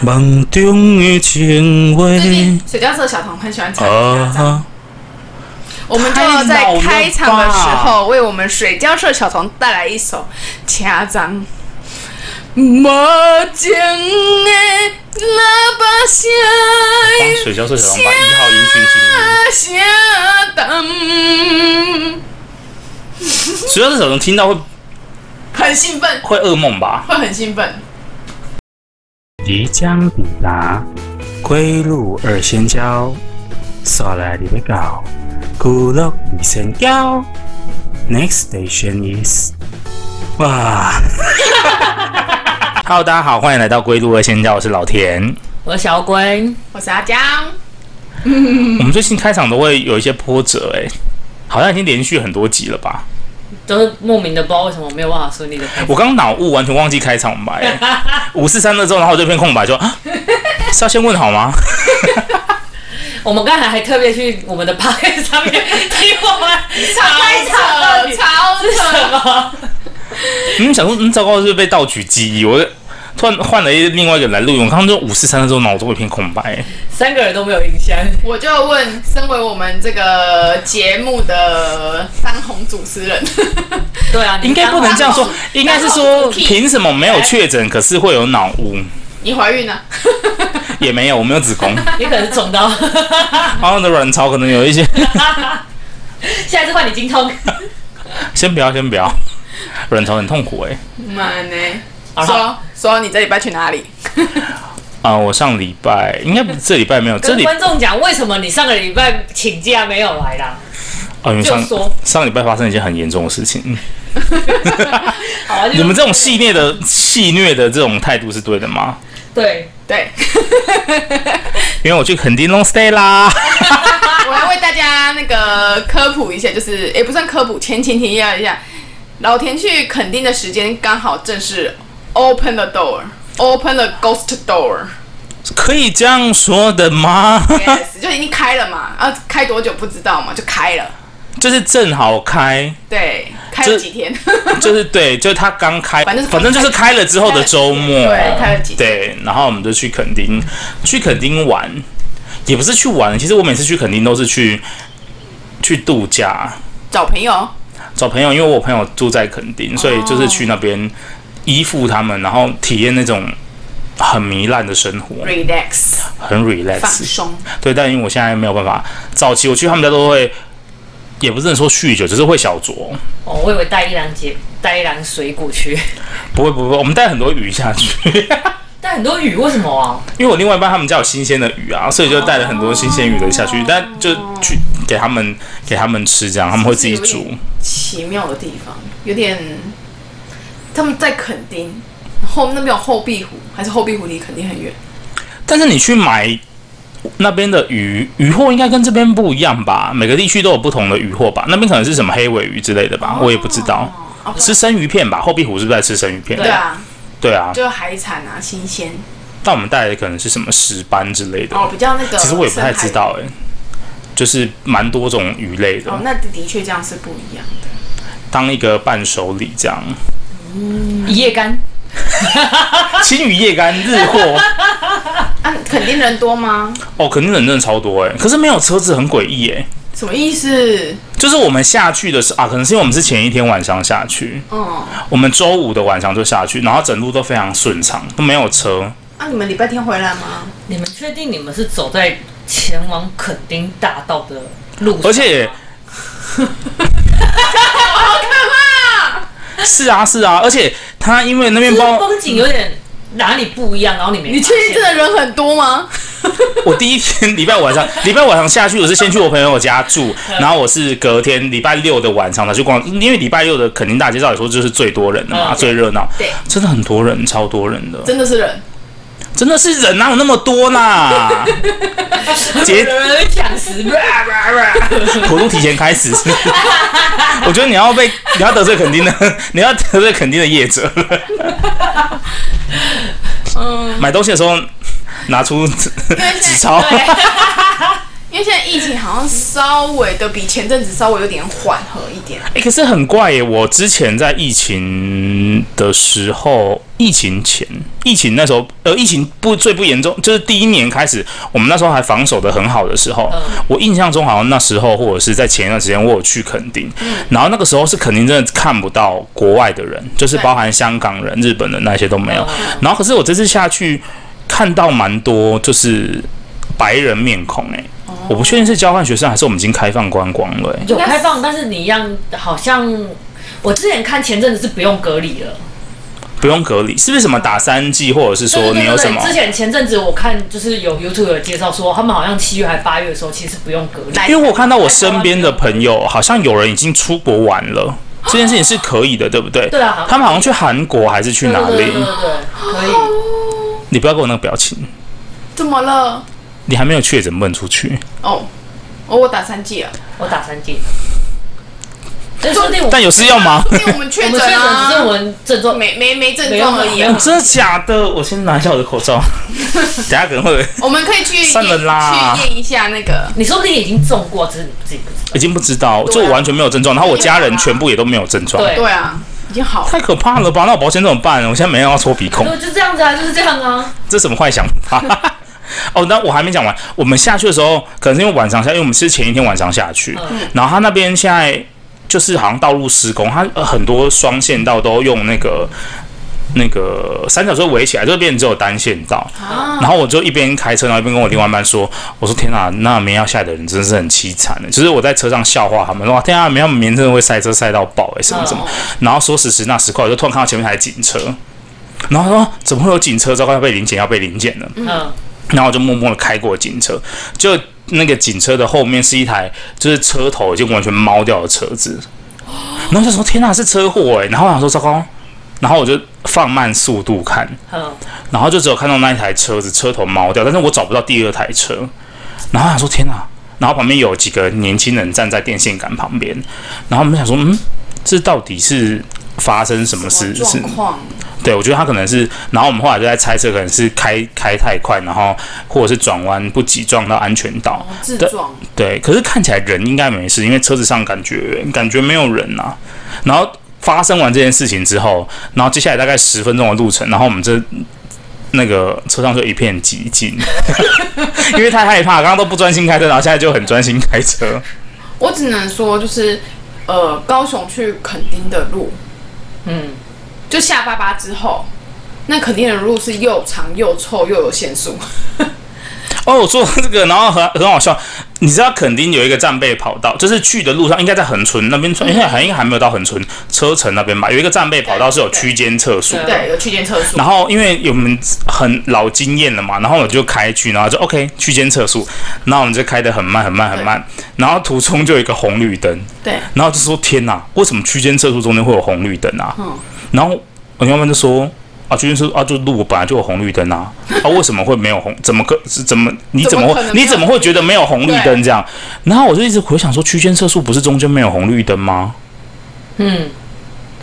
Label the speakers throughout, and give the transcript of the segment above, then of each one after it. Speaker 1: 梦中的情话。
Speaker 2: 最近水交社小童很喜欢唱这
Speaker 1: 啊
Speaker 2: 个章。
Speaker 1: 哈，
Speaker 2: 我们就要在开场的时候为我们水交社小童带来一首《家章》。无情的喇叭声，
Speaker 3: 帮水交社小童把一号音讯精灵，
Speaker 2: 声淡，
Speaker 3: 水交社小童听到会
Speaker 2: 很兴奋，
Speaker 3: 会噩梦吧？
Speaker 2: 会很兴奋。
Speaker 3: 即将抵达
Speaker 1: 归路二仙桥，山来你要到，古乐二仙桥。Next station is，哇
Speaker 3: ，Hello，大家好，欢迎来到归路二仙教，我是老田。
Speaker 4: 我是小龟，
Speaker 2: 我是阿江，
Speaker 3: 我们最近开场都会有一些波折、哎，好像已经连续很多集了吧？
Speaker 4: 就是莫名的不知道为什么没有办法顺利的开始。
Speaker 3: 我刚脑雾，完全忘记开场白、五四三了之后，然后我这片空白就，啊是要先问好吗？
Speaker 4: 我们刚才还特别去我们的 p o c a s t 上面听我们开场到底
Speaker 2: 超
Speaker 4: 是什
Speaker 2: 扯，
Speaker 4: 么，
Speaker 3: 嗯，想说，嗯，糟糕，是不是被盗取记忆，我突然换了一另外一个来录音，我刚刚就五四三的时候，脑中一片空白、哎
Speaker 4: 三个人都没有印象。
Speaker 2: 我就问，身为我们这个节目的当红主持人，
Speaker 4: 对啊，你
Speaker 3: 应该不能这样说
Speaker 2: 当，
Speaker 4: 哎
Speaker 3: 应该是
Speaker 2: 当
Speaker 3: 说
Speaker 2: 红屁
Speaker 3: 凭什么没有确诊，可是会有脑雾？
Speaker 2: 你怀孕了？
Speaker 3: 也没有，我没有子宫，啊
Speaker 4: 你可能 是肿到，
Speaker 3: 然后我的卵巢可能有一些，
Speaker 4: 下一次换你精通。
Speaker 3: 先不要，先不要，卵巢很痛苦哎、
Speaker 2: 妈呢？
Speaker 4: 好了，
Speaker 2: 说说你这礼拜去哪里？
Speaker 3: 啊、我上礼拜应该不是这礼拜没有，这
Speaker 4: 跟
Speaker 3: 礼
Speaker 4: 观众讲为什么你上个礼拜请假没有来啦？
Speaker 3: 啊，因为
Speaker 4: 就
Speaker 3: 上
Speaker 4: 说
Speaker 3: 上礼拜发生一件很严重的事情。嗯
Speaker 4: 好啊，就是
Speaker 3: 你们这种戏虐的戏虐的这种态度是对的吗？
Speaker 4: 对，
Speaker 2: 对，
Speaker 3: 因为我去垦丁 long stay 啦，
Speaker 2: 我来为大家那个科普一下，就是也、不算科普，前前提要一下，老田去垦丁的时间刚好正是 open the door，open the ghost door。
Speaker 3: 可以这样说的吗？
Speaker 2: Yes，就已 经开了嘛，啊，开多久不知道嘛，就开了。
Speaker 3: 就是正好开，
Speaker 2: 对，开了
Speaker 3: 这
Speaker 2: 几天，
Speaker 3: 就是对，就是他刚开，
Speaker 2: 反正是
Speaker 3: 反正就是开了之后的周末，
Speaker 2: 对，开了几天。
Speaker 3: 对，然后我们就去垦丁，去垦丁玩，也不是去玩，其实我每次去垦丁都是去去度假，
Speaker 2: 找朋友，
Speaker 3: 找朋友，因为我朋友住在垦
Speaker 2: 哦
Speaker 3: 丁，所以就是去那边依附他们，然后体验那种很糜烂的生活，
Speaker 2: relax
Speaker 3: 很
Speaker 2: 放
Speaker 3: relax。
Speaker 2: 松，
Speaker 3: 对，但因为我现在没有办法，早期我去他们家都会，也不是能说酗酒，只是会小酌。
Speaker 4: 哦，我以为带一篮结带一篮水果去，
Speaker 3: 不会不会，我们带很多鱼下去，
Speaker 4: 但很多鱼为什么啊？
Speaker 3: 因为我另外一半他们家有新鲜的鱼啊，所以就带了很多新鲜鱼的下去，但就去给他们给他们吃，这样他们会自己
Speaker 2: 是不是有
Speaker 3: 煮
Speaker 2: 点。奇妙的地方，有点他们在垦丁后那边有后壁湖，还是后壁湖离垦丁很远。
Speaker 3: 但是你去买那边的鱼，鱼货应该跟这边不一样吧？每个地区都有不同的鱼货吧？那边可能是什么黑尾鱼之类的吧，我也不知道。
Speaker 2: 哦，
Speaker 3: 吃生鱼片吧，后壁湖是不是在吃生鱼片？
Speaker 2: 对啊，
Speaker 3: 对啊，
Speaker 2: 就海产啊，新鲜
Speaker 3: 但我们带的可能是什么石斑之类的，
Speaker 2: 哦，比较那个。
Speaker 3: 其实我也不太知。道哎、就是蛮多种鱼类的，
Speaker 2: 哦，那的确这样是不一样的。
Speaker 3: 当一个伴手礼这样。
Speaker 4: 一夜干，
Speaker 3: 青鱼夜干日货
Speaker 2: 啊，垦丁人多吗？
Speaker 3: 哦，肯定人真的超多哎、可是没有车子很诡异哎。
Speaker 2: 什么意思？
Speaker 3: 就是我们下去的时候啊，可能是因为我们是前一天晚上下去，
Speaker 2: 嗯，
Speaker 3: 我们周五的晚上就下去，然后整路都非常顺畅，都没有车。
Speaker 2: 啊，你们礼拜天回来吗？
Speaker 4: 你们确定你们是走在前往垦丁大道的路上吗？
Speaker 3: 而且
Speaker 2: 哦
Speaker 3: 是啊，是啊，而且它因为那边
Speaker 4: 就是
Speaker 3: 包，
Speaker 4: 风景有点哪里不一样，然后你没
Speaker 2: 你确定真
Speaker 4: 这
Speaker 2: 的人很多吗？
Speaker 3: 我第一天礼拜晚上，礼拜晚上下去，我是先去我朋友家住，然后我是隔天礼拜六的晚上才去逛，因为礼拜六的肯定大街照理说就是最多人的嘛，
Speaker 4: 嗯对
Speaker 3: 最热闹，
Speaker 2: 对，
Speaker 3: 真的很多人，超多人的，
Speaker 2: 真的是人。
Speaker 3: 真的是人哪有那么多啦？节
Speaker 4: 有人抢食物，
Speaker 3: 活动提前开始是不是我觉得你要被你要得罪肯定的，你要得罪肯定的业者。
Speaker 2: 嗯，
Speaker 3: 买东西的时候拿出
Speaker 2: 因为现
Speaker 3: 纸
Speaker 2: 在
Speaker 3: 钞，
Speaker 2: 因为现在疫情好像稍微的比前阵子稍微有点缓和一点。
Speaker 3: 哎、可是很怪耶！我之前在疫情的时候，疫情前，疫情那时候，呃，疫情不最不严重，就是第一年开始，我们那时候还防守的很好的时候，我印象中好像那时候或者是在前一段时间，我有去垦丁，然后那个时候是垦丁真的看不到国外的人，就是包含香港人、日本人那些都没有。
Speaker 4: 嗯
Speaker 3: 然后可是我这次下去看到蛮多就是白人面孔哎、我不确定是交换学生还是我们已经开放观光了、哎
Speaker 4: 有开放，但是你一样好像我之前看前阵子是不用隔离了，
Speaker 3: 不用隔离，是不是什么打三剂，或者是
Speaker 4: 对
Speaker 3: 说
Speaker 4: 对
Speaker 3: 你有
Speaker 4: 对
Speaker 3: 什
Speaker 4: 对
Speaker 3: 么？
Speaker 4: 之前前阵子我看就是有 YouTube 有介绍说，他们好像七月还八月的时候其实不用隔离，
Speaker 2: 来
Speaker 3: 因为我看到我身边的朋友，好像有人已经出国玩 了，这件事情是可以的，对不对？
Speaker 4: 对啊
Speaker 3: 他们好像去韩国还是去哪
Speaker 4: 对
Speaker 3: 里
Speaker 4: 对对？对对，可以。
Speaker 3: 你不要给我那个表情，
Speaker 2: 哦怎么了？
Speaker 3: 你还没有确诊，不能出去。
Speaker 2: 哦，哦，我打三剂了，
Speaker 4: 我打三剂，但说不定我们
Speaker 3: 但有事要 忙，
Speaker 2: 因为我们
Speaker 4: 我
Speaker 2: 确诊
Speaker 4: 们确诊只是
Speaker 2: 啊，
Speaker 4: 我们症状
Speaker 2: 没没没症状而已啊。
Speaker 3: 真的假的？我先拿一下我的口 罩，等下可能会
Speaker 2: 我们可以去验
Speaker 3: 算了啦
Speaker 2: 去验一下那个。
Speaker 4: 你说不定已经中过，只是你自己不知道。
Speaker 3: 已经不知道，
Speaker 2: 对啊
Speaker 3: 就我完全没有症状，然后我家人全部也都没有症状，
Speaker 4: 啊对
Speaker 2: 对啊，已经好了。
Speaker 3: 太可怕了吧？那我保险怎么办？我现在没人要戳鼻孔。
Speaker 4: 就就这样子啊，就是这样啊。
Speaker 3: 这什么坏想法？ 哦，那我还没讲完。我们下去的时候，可能是因为晚上下，因为我们是前一天晚上下去，
Speaker 4: 嗯
Speaker 3: 然后他那边现在就是好像道路施工，他呃很多双线道都用那个那个三角锥围起来，就变成只有单线道。然后我就一边开车，然后一边跟我另外一半说：“我说天啊，那明天要下雨的人真的是很凄惨的。”就是我在车上笑话他们说：“哇天啊，明天我们明天真的会塞车塞到爆哎、欸，什么什么。”然后说时迟那时快，我就突然看到前面一台警车，然后他说：“怎么会有警车？糟糕，要被临检，要被临检了。”
Speaker 4: 嗯，
Speaker 3: 然后我就默默的开过警车，就那个警车的后面是一台就是车头已经完全猫掉的车子，然后就说天呐、是车祸哎、然后我想说糟糕，然后我就放慢速度看，
Speaker 4: 嗯，
Speaker 3: 然后就只有看到那一台车子车头猫掉，但是我找不到第二台车，然后我想说天呐、然后旁边有几个年轻人站在电线杆旁边，然后我们想说嗯，这到底是发生什么事？是
Speaker 2: 状况
Speaker 3: 对，我觉得他可能是，然后我们后来就在猜测，可能是开开太快，然后或者是转弯不急撞到安全岛。
Speaker 2: 自
Speaker 3: 对
Speaker 2: 撞，
Speaker 3: 对，可是看起来人应该没事，因为车子上感觉感觉没有人呐、啊然后发生完这件事情之后，然后接下来大概十分钟的路程，然后我们这那个车上就一片寂静， 因为太害怕，刚刚都不专心开车，然后现在就很专心开车。
Speaker 2: 我只能说就是，呃，高雄去垦丁的路，
Speaker 4: 嗯，
Speaker 2: 就下八八之后，那垦丁的路是又长又臭又有限速，
Speaker 3: 哦，我做这个，然后很很好笑。你知道垦丁有一个战备跑道，就是去的路上应该在恒春那边，应该还应该还没有到恒春车城那边吧？有一个战备跑道是有区间测速
Speaker 4: 对
Speaker 3: 的。
Speaker 2: 对，有区间测速
Speaker 3: 然，后因为我们很老经验了嘛，然后我就开去，然后就 OK 区间测速，然后我们就开得很慢很慢很慢，然后途中就有一个红绿灯，
Speaker 2: 对，
Speaker 3: 然后就说天哪，为什么区间测速中间会有红绿灯啊？
Speaker 2: 嗯
Speaker 3: 然后我要不然就说啊，区间测速啊，就路本来就有红绿灯 啊，啊，为什么会没有红？怎么可是怎么你怎么
Speaker 2: 怎
Speaker 3: 会
Speaker 2: 么可能没有
Speaker 3: 你怎么会觉得没有红绿灯这样？然后我就一直回想说，区间测速不是中间没有红绿灯吗？
Speaker 4: 嗯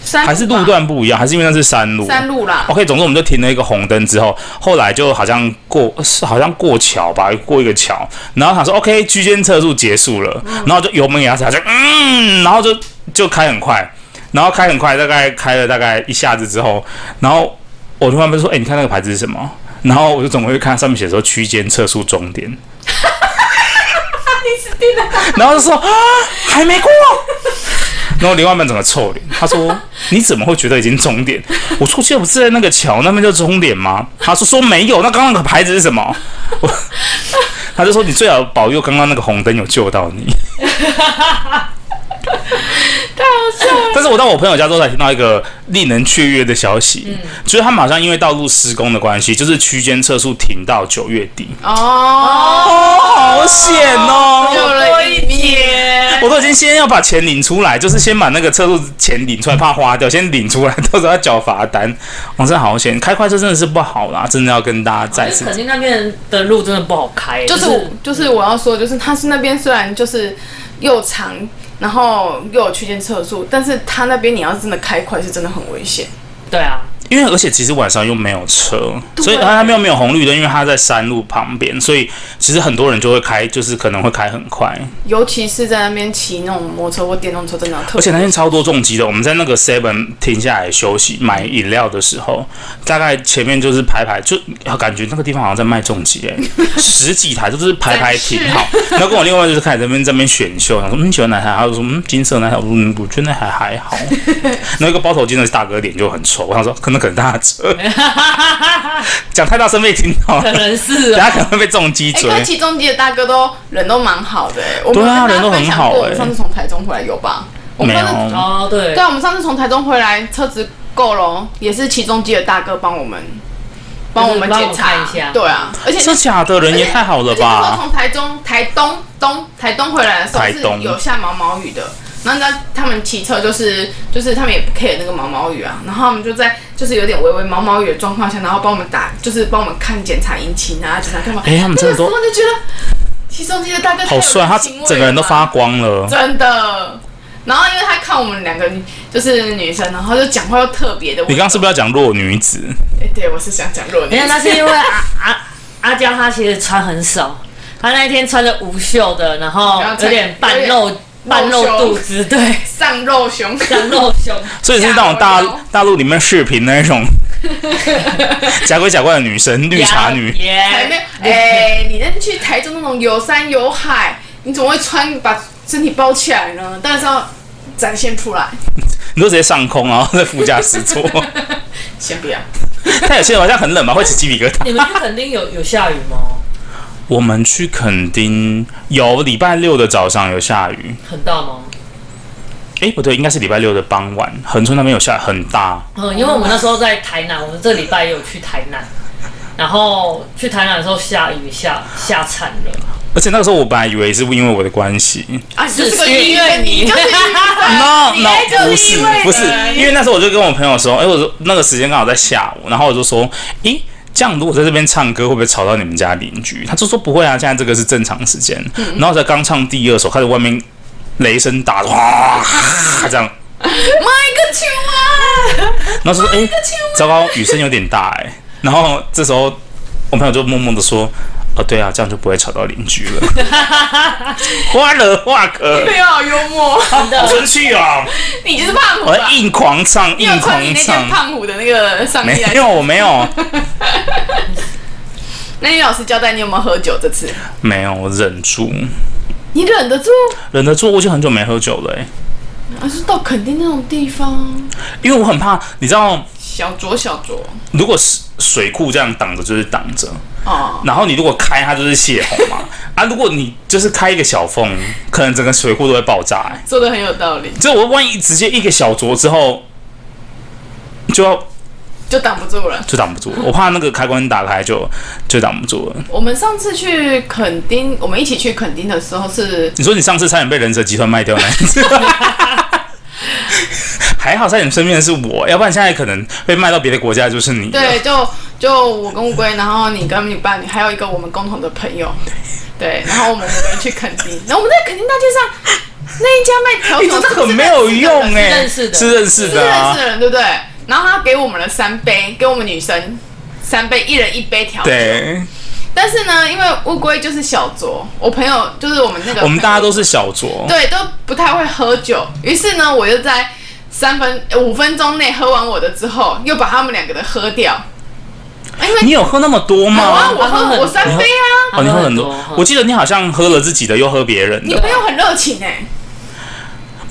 Speaker 2: 山
Speaker 3: 还是
Speaker 2: 吧
Speaker 3: 路段不一样？还是因为那是山路？
Speaker 2: 山路啦，
Speaker 3: OK，总之我们就停了一个红灯之后，后来就好像过是好像过桥吧，过一个桥，然后他说 OK，区间测速结束了，然后就油门给他踩，就嗯，然后就就开很快，然后开很快，大概开了大概一下子之后，然后我就慢慢说，哎、你看那个牌子是什么？然后我就总会看上面写说区间测速终点，然后就说啊还没过，然后另外一半整个臭脸，他 说你怎么会觉得已经终点？我说这不是在那个桥那边叫终点吗？他说说没有，那刚刚那个牌子是什么？ 我他就说你最好保佑刚刚那个红灯有救到你。 但是我到我朋友家之后才听到一个令人雀跃的消息，就是他们好像因为道路施工的关系，就是区间测速停到九月底。
Speaker 2: 哦，
Speaker 3: 哦，好险哦！
Speaker 2: 救了一
Speaker 4: 天，
Speaker 3: 我都已经先要把钱领出来，就是先把那个车速钱领出来，怕花掉，先领出来， 到时候要缴罚单。我、真的好险，开快车真的是不好啦，真的要跟大家再
Speaker 4: 就是
Speaker 3: 次
Speaker 4: 肯定那边的路真的不好开，
Speaker 2: 就是我就是我要说，就是它是那边虽然就是又长，然后又有区间测速，但是它那边你要是真的开快，是真的很危险。
Speaker 4: 对啊，
Speaker 3: 因为而且其实晚上又没有车，所以啊它它没有没有红绿灯，因为它在山路旁边，所以其实很多人就会开，就是可能会开很快。
Speaker 2: 尤其是在那边骑那种摩托车或电动车，真的特别。
Speaker 3: 而且那天超多重机的，我们在那个 Seven 停下来休息买饮料的时候，大概前面就是排排，就感觉那个地方好像在卖重机哎、 十几台就是排排停好。然后跟我另外就是开始在那边在那边选秀，想说嗯喜欢哪台，他就说嗯金色那台，我说嗯我觉得那台还 好。那个包头巾的大哥脸就很臭，我想说可能可能大 车讲太大声被听到，
Speaker 4: 可
Speaker 3: 等
Speaker 4: 能是哦
Speaker 3: 下可能会被重击
Speaker 2: 哎、
Speaker 3: 追。
Speaker 2: 跟骑重机的大哥都人都蛮好的、哎，我们
Speaker 3: 对啊
Speaker 2: 跟大
Speaker 3: 人
Speaker 2: 家
Speaker 3: 都
Speaker 2: 分
Speaker 3: 很
Speaker 2: 享
Speaker 3: 好
Speaker 2: 过，我
Speaker 3: 哎
Speaker 2: 们上次从台中回来有吧？我
Speaker 3: 没
Speaker 2: 们
Speaker 3: 有
Speaker 2: 上次，
Speaker 4: 哦，对
Speaker 2: 对，，我啊们上次从台中回来，车子够了哦，也是起重机的大哥帮我们帮我们
Speaker 4: 帮我
Speaker 2: 检
Speaker 4: 们
Speaker 2: 查
Speaker 4: 看一下
Speaker 2: 对啊，而且
Speaker 3: 这假的人也太好了
Speaker 2: 而且那时候
Speaker 3: 吧！
Speaker 2: 从台中、台东、东、台东回来的时候
Speaker 3: 台东
Speaker 2: 是有下毛毛雨的，然后呢，他们骑车就是就是他们也不 care 那个毛毛雨啊，然后他们就在就是有点微微毛毛雨的状况下，然后帮我们打，就是帮我们看检查引擎啊，检查干嘛？
Speaker 3: 哎他们真的都
Speaker 2: 那个时候就觉得骑手机的大哥太
Speaker 3: 好
Speaker 2: 有
Speaker 3: 帅，他
Speaker 2: 人情味了吧
Speaker 3: 整个人都发光了。
Speaker 2: 真的。然后因为他看我们两个就是女生，然后就讲话又特别的。
Speaker 3: 你刚刚是不是要讲弱女子？
Speaker 2: 哎、对，我是想讲弱女
Speaker 4: 没有，那是因为阿阿阿娇她其实穿很少，她那一天穿的无袖的，然后
Speaker 2: 然后
Speaker 4: 有
Speaker 2: 穿
Speaker 4: 点半露半
Speaker 2: 露
Speaker 4: 露
Speaker 2: 胸
Speaker 4: 肚子， 对，
Speaker 2: 上肉熊，
Speaker 4: 像露胸。
Speaker 3: 所以是那种
Speaker 2: 假的
Speaker 3: 大
Speaker 2: 哦
Speaker 3: 大陆里面视频那种假鬼假怪的女神，绿茶女。
Speaker 2: 还没有
Speaker 4: 耶，
Speaker 2: 哎、你那去台中那种有山有海，你怎么会穿把身体包起来呢？当然是要展现出来。
Speaker 3: 你都直接上空，然后在副驾驶座。
Speaker 2: 先不要，
Speaker 3: 但有些人好像很冷吧，会起鸡皮疙瘩。
Speaker 4: 你们去垦丁有有下雨吗？哦
Speaker 3: 我们去垦丁有礼拜六的早上有下雨，
Speaker 4: 很大吗？
Speaker 3: 诶，不对，应该是礼拜六的傍晚，恒春那边有下很大。
Speaker 4: 嗯，因为我们那时候在台南，我们这礼拜也有去台南，然后去台南的时候下雨下下惨了，
Speaker 3: 而且那个时候我本来以为是因为我的关系
Speaker 2: 啊，你就是
Speaker 4: 是
Speaker 2: 个
Speaker 4: 是
Speaker 2: 音乐
Speaker 4: 因为
Speaker 2: 你
Speaker 4: 你
Speaker 2: 就是音乐人
Speaker 3: ，no
Speaker 2: 你
Speaker 3: no
Speaker 2: 爱
Speaker 3: 不
Speaker 2: 就是
Speaker 3: 是
Speaker 2: 因为人
Speaker 3: 不是，因为那时候我就跟我朋友说，诶，哎我说那个时间刚好在下午，然后我就说，诶，这样如果在这边唱歌会不会吵到你们家邻居？他就说不会啊，现在这个是正常时间。
Speaker 2: 嗯
Speaker 3: 然后才刚唱第二首，开始外面雷声大，哇这样，
Speaker 2: ，My 个 o 啊！
Speaker 3: 然后就说：“哎、糟糕，雨声有点大哎、然后这时候我朋友就默默的说：“哦，对啊，这样就不会吵到邻居 了。”花了话可
Speaker 2: 没有好幽默，
Speaker 4: 真
Speaker 3: 好
Speaker 4: 的。
Speaker 3: 生气哦！
Speaker 2: 你就是胖虎
Speaker 3: 我
Speaker 2: 吧
Speaker 3: 在？硬狂唱，
Speaker 2: 你
Speaker 3: 硬
Speaker 2: 有穿
Speaker 3: 狂
Speaker 2: 你那件
Speaker 3: 唱。
Speaker 2: 胖虎的那个 上
Speaker 3: 没
Speaker 2: 衣来？
Speaker 3: 有，我没有，
Speaker 2: 那你老师交代你有没有喝酒？这次
Speaker 3: 没有，我忍住，
Speaker 2: 你忍得住？
Speaker 3: 忍得住。我就很久没喝酒了、欸，
Speaker 2: 啊，是到垦丁那种地方，
Speaker 3: 因为我很怕，你知道，
Speaker 2: 小酌小酌
Speaker 3: 如果是水库这样挡着就是挡着，
Speaker 2: 哦，
Speaker 3: 然后你如果开它就是泄洪嘛， 啊，如果你就是开一个小缝，可能整个水库都会爆炸、欸。
Speaker 2: 说的很有道理，
Speaker 3: 这我万一直接一个小酌之后，就要
Speaker 2: 就挡不住了。
Speaker 3: 就挡不住了，我怕那个开关打开就就挡不住了。
Speaker 2: 我们上次去垦丁，我们一起去垦丁的时候是
Speaker 3: 你说你上次差点被人蛇集团卖掉那一次，还好在你身边的是我，要不然现在可能被卖到别的国家就是你。
Speaker 2: 对，，就就我跟乌龟，然后你跟你伴侣，还有一个我们共同的朋友，对，然后我们五个人去垦丁，然后我们在垦丁大街上那一家卖调
Speaker 3: 你
Speaker 2: 酒
Speaker 3: 真
Speaker 2: 的
Speaker 3: 的
Speaker 2: 是不
Speaker 3: 哎很
Speaker 2: 是
Speaker 3: 没有用
Speaker 2: 认识的
Speaker 3: 哎、是
Speaker 2: 人
Speaker 4: 认识的
Speaker 3: 认识
Speaker 2: 是
Speaker 3: 的
Speaker 2: 认
Speaker 3: 啊
Speaker 2: 识。的人对不对？然后他给我们了三杯，给我们女生三杯，一人一杯调酒。
Speaker 3: 对，
Speaker 2: 但是呢，因为乌龟就是小酌，我朋友就是我们那个，
Speaker 3: 我们大家都是小酌，
Speaker 2: 对，都不太会喝酒。于是呢，我就在三分呃五分钟内喝完我的之后，又把他们两个的喝掉。啊因为
Speaker 3: 你有喝那么多
Speaker 2: 有啊，
Speaker 3: 吗？
Speaker 2: 我喝我三杯啊。
Speaker 3: 哦，你喝很多
Speaker 4: 喝很多。
Speaker 3: 我记得你好像喝了自己的，又喝别人的。
Speaker 2: 你朋友很热情哎、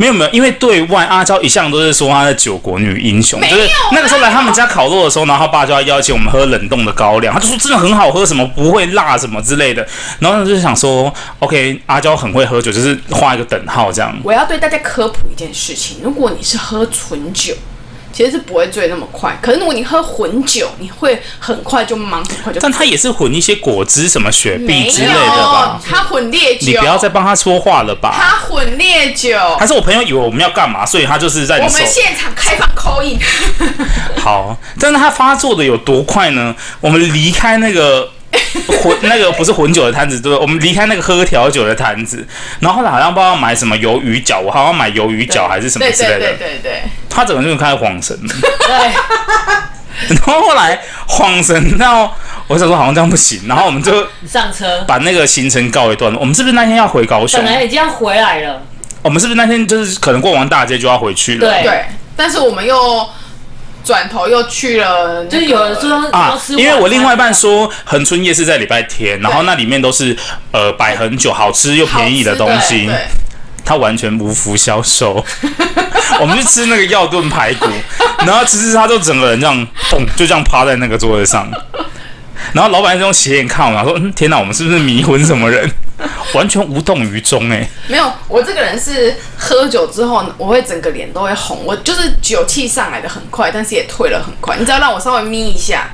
Speaker 3: 没有没有，因为对外阿娇一向都是说她的九国女英雄，
Speaker 2: 没
Speaker 3: 就
Speaker 2: 有啊
Speaker 3: 是那个时候来
Speaker 2: 哪有
Speaker 3: 他们家烤肉的时候，然后他爸就要邀请我们喝冷冻的高粱，他就说真的很好喝，什么不会辣什么之类的。然后他就想说，OK，阿娇很会喝酒，就是画一个等号这样。
Speaker 2: 我要对大家科普一件事情：如果你是喝纯酒，其实是不会醉那么快。可是如果你喝混酒，你会很快就忙，很快就。
Speaker 3: 但他也是混一些果汁、什么雪
Speaker 2: 没
Speaker 3: 碧之类的
Speaker 2: 有
Speaker 3: 吧？，
Speaker 2: 他混烈酒。
Speaker 3: 你不要再帮他说话了吧？
Speaker 2: 他混烈酒。
Speaker 3: 还是我朋友以为我们要干嘛，所以他就是在
Speaker 2: 我
Speaker 3: 你手
Speaker 2: 们现场开放 call in。
Speaker 3: 好，但是它发作的有多快呢？我们离开那个混那个不是混酒的摊子，对不对？我们离开那个喝调酒的摊子，然后后来好像不知道买什么鱿鱼饺，我好像买鱿鱼饺还是什么
Speaker 2: 对
Speaker 3: 之
Speaker 2: 对
Speaker 3: 类
Speaker 2: 对
Speaker 3: 的，
Speaker 2: 对对。
Speaker 3: 他整个就开始晃神了。
Speaker 4: 对，
Speaker 3: 然后后来晃神到，我想说好像这样不行，然后我们就
Speaker 4: 上车，
Speaker 3: 把那个行程告一段落。我们是不是那天要回高雄
Speaker 4: 本？来已经要回来了，
Speaker 3: 我们是不是那天就是可能过完大街就要回去了？
Speaker 4: 对
Speaker 2: 对，但是我们又转头又去了、
Speaker 4: 就是有人说要
Speaker 3: 啊
Speaker 4: 吃，晚餐
Speaker 3: 因为我另外一半说恒春夜市在礼拜天，然后那里面都是呃摆很久、好吃又便宜
Speaker 2: 的
Speaker 3: 东西
Speaker 2: 对，对
Speaker 3: 他完全无福消 受。我们去吃那个药炖排骨， 然后吃吃他就整个人这样砰，就这样趴在那个桌子上。然后老板就用斜眼看我们，然后说：“嗯，天哪，我们是不是迷昏什么人？ 完全无动于衷哎、
Speaker 2: 没有，我这个人是喝酒之后，我会整个脸都会红，我就是酒气上来的很快，但是也退了很快。你只要让我稍微眯一下，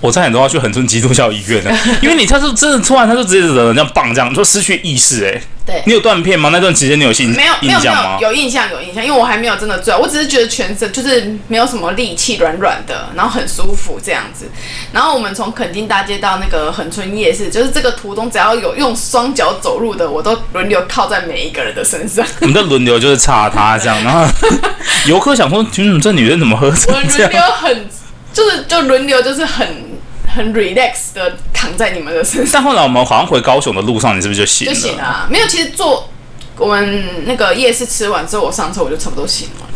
Speaker 3: 我差点都要去恒春基督教医院了， 因为你他就真的突然他就直接整个人这样棒这样，就失去意识哎、
Speaker 2: 对
Speaker 3: 你有断片吗？那段时间你有印
Speaker 2: 没有没
Speaker 3: 印
Speaker 2: 有没
Speaker 3: 象吗
Speaker 2: 有？有印象有印象，因为我还没有真的醉，我只是觉得全身就是没有什么力气，软软的，然后很舒服这样子。然后我们从垦丁大街到那个恒春夜市，就是这个途中，只要有用双脚走路的，我都轮流靠在每一个人的身上，
Speaker 3: 我们在轮流就是差他这样，然后 游客想说，嗯，这女人怎么喝
Speaker 2: 我
Speaker 3: 成这
Speaker 2: 轮
Speaker 3: 样？
Speaker 2: 流很就是就轮流就是很很 relax 的躺在你们的身上。
Speaker 3: 但后来我们好像回高雄的路上，你是不是就醒
Speaker 2: 就
Speaker 3: 了？
Speaker 2: 醒了、啊。没有，其实做我们那个夜市吃完之后，我上车我就差不多醒了，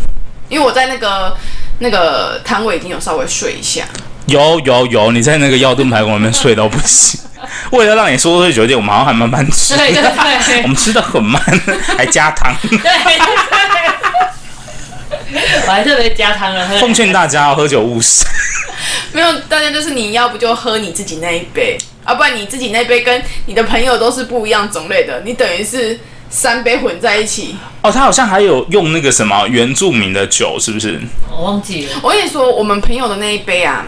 Speaker 2: 因为我在那个那个摊位已经有稍微睡一下。
Speaker 3: 有有有，你在那个药炖排骨里面睡到不 行。为了让你说睡久一点，我们好像还慢慢吃，
Speaker 4: 对对对
Speaker 3: 我们吃的很慢， 还加汤。
Speaker 4: 对对。 我还特别加汤了，
Speaker 3: 奉劝大家哦喝酒勿食。
Speaker 2: 没有，大家就是你要不就喝你自己那一杯，啊，不然你自己那杯跟你的朋友都是不一样种类的，你等于是三杯混在一起。
Speaker 3: 哦，他好像还有用那个什么原住民的酒，是不是？
Speaker 4: 我忘记了，
Speaker 2: 我跟你说，我们朋友的那一杯啊。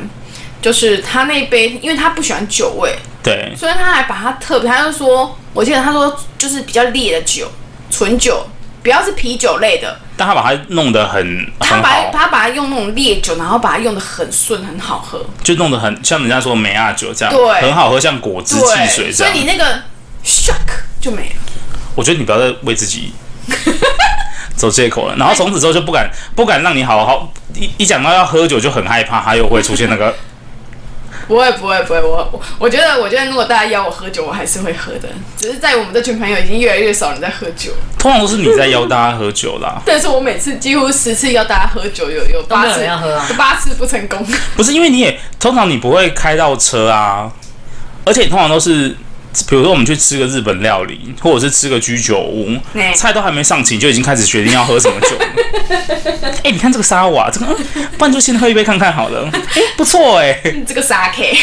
Speaker 2: 就是他那一杯，因为他不喜欢酒味，
Speaker 3: 对，
Speaker 2: 所以他还把它特别，他就说，我记得他说就是比较烈的酒，纯酒，不要是啤酒类的，
Speaker 3: 但他把它弄得很
Speaker 2: 他
Speaker 3: 很
Speaker 2: 把
Speaker 3: 好，
Speaker 2: 他把它用那种烈酒，然后把它用的很顺，很好喝。
Speaker 3: 就弄得很像人家说梅亚酒这样，
Speaker 2: 对
Speaker 3: 很好喝，像果汁汽水这
Speaker 2: 对，所
Speaker 3: 样
Speaker 2: 以。你那个 shock 就没了。
Speaker 3: 我觉得你不要再为自己走借口了。然后从此之后就不敢不敢让你好好一一讲到要喝酒就很害怕，他又会出现那个。
Speaker 2: 不会不会不会，我我我觉得我觉得如果大家邀我喝酒，我还是会喝的。只是在我们这群朋友已经越来越少人在喝酒，
Speaker 3: 通常都是你在邀大家喝酒啦，
Speaker 2: 但是我每次几乎十次邀大家喝酒，有有八
Speaker 4: 都没有
Speaker 2: 次
Speaker 4: 人要喝啊
Speaker 2: 八次不成 功。
Speaker 3: 不是因为你也通常你不会开到车啊，而且通常都是。比如说，我们去吃个日本料理，或者是吃个居酒屋，
Speaker 2: 嗯
Speaker 3: 菜都还没上齐，就已经开始决定要喝什么酒了。哎、你看这个沙瓦，这个，嗯不然就先喝一杯看看好了。哎、不错哎、
Speaker 2: 这个傻 K，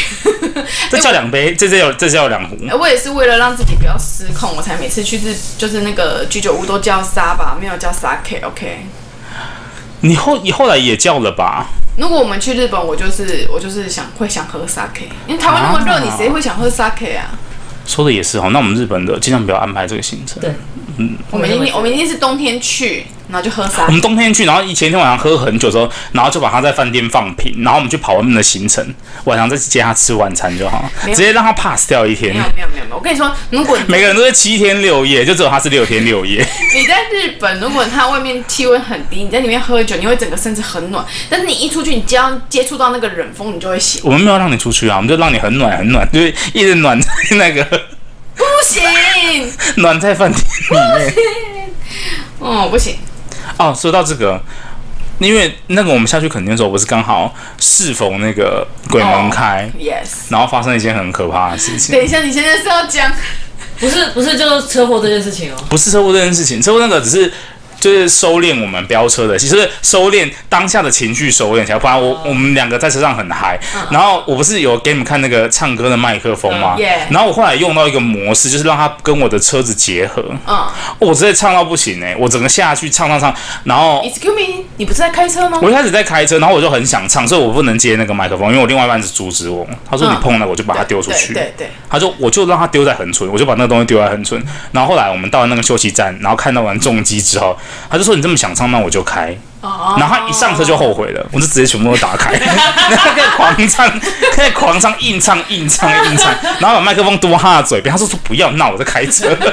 Speaker 3: 再叫两杯，这这叫这叫两壶。
Speaker 2: 我也是为了让自己不要失控，我才每次去日就是那个居酒屋都叫沙吧，没有叫傻 K。OK，
Speaker 3: 你后你后来也叫了吧？
Speaker 2: 如果我们去日本，我就是我就是想会想喝 sake，因为台湾那么热，
Speaker 3: 啊
Speaker 2: 你谁会想喝 sake 啊？
Speaker 3: 说的也是哦，那我们日本的尽量不要安排这个行程。
Speaker 2: 啊
Speaker 4: 对
Speaker 2: 我们一定我们一定是冬天去，然后就喝
Speaker 3: 我
Speaker 2: sake。
Speaker 3: 们冬天去，然后前一天晚上喝很久之后，然后就把它在饭店放平，然后我们去跑外面的行程，晚上再去接他吃晚餐就好，
Speaker 2: 没
Speaker 3: 直
Speaker 2: 有
Speaker 3: 接让他 pass 掉一天
Speaker 2: 没。有没有没有没有，我跟你说，如果你
Speaker 3: 每个人都是七天六夜，就只有他是六天六夜。
Speaker 2: 你在日本，如果它外面气温很低，你在里面喝酒，你会整个身子很暖，但是你一出去，你只要接触到那个冷风，你就 会醒。
Speaker 3: 我们没有让你出去啊，我们就让你很暖很暖，就是一直暖 在那个哦
Speaker 2: 不行，
Speaker 3: 暖在饭店里面。
Speaker 2: 哦不行，
Speaker 3: 哦，说到这个，因为那个我们下去垦丁的时候，不是刚好适逢那个鬼门开，
Speaker 2: 哦，yes。
Speaker 3: 然后发生一件很可怕的事情。
Speaker 2: 等一下，你现在是要讲
Speaker 4: 不是不是就是车祸这件事情哦，
Speaker 3: 不是车祸这件事情，车祸那个只是就是收敛我们飙车的，其实收敛当下的情绪收敛起来。不然我、
Speaker 2: 哦
Speaker 3: 我们两个在车上很嗨、然后我不是有给你们看那个唱歌的麦克风吗？
Speaker 2: 嗯，yeah
Speaker 3: 然后我后来用到一个模式，就是让它跟我的车子结合，
Speaker 2: 嗯
Speaker 3: 我直接唱到不行哎、我整个下去唱唱唱，然后。
Speaker 2: ，excuse me，你不是在开车吗？
Speaker 3: 我一开始在开车，然后我就很想唱，所以我不能接那个麦克风，因为我另外一半是阻止我。他说
Speaker 2: 嗯
Speaker 3: 你碰了，我就把它丢出去。
Speaker 2: 对对对，
Speaker 3: 他就我就让他丢在恒春，我就把那个东西丢在恒春。然后后来我们到了那个休息站，然后看到完重机之后，他就说你这么想唱，那我就开。
Speaker 2: 哦
Speaker 3: 然后他一上车就后悔了，我就直接全部都打开，然后开始狂唱，开始狂唱，硬唱，硬唱，硬唱，然后把麦克风嘟到他的嘴边，他说说不要闹，我在开车。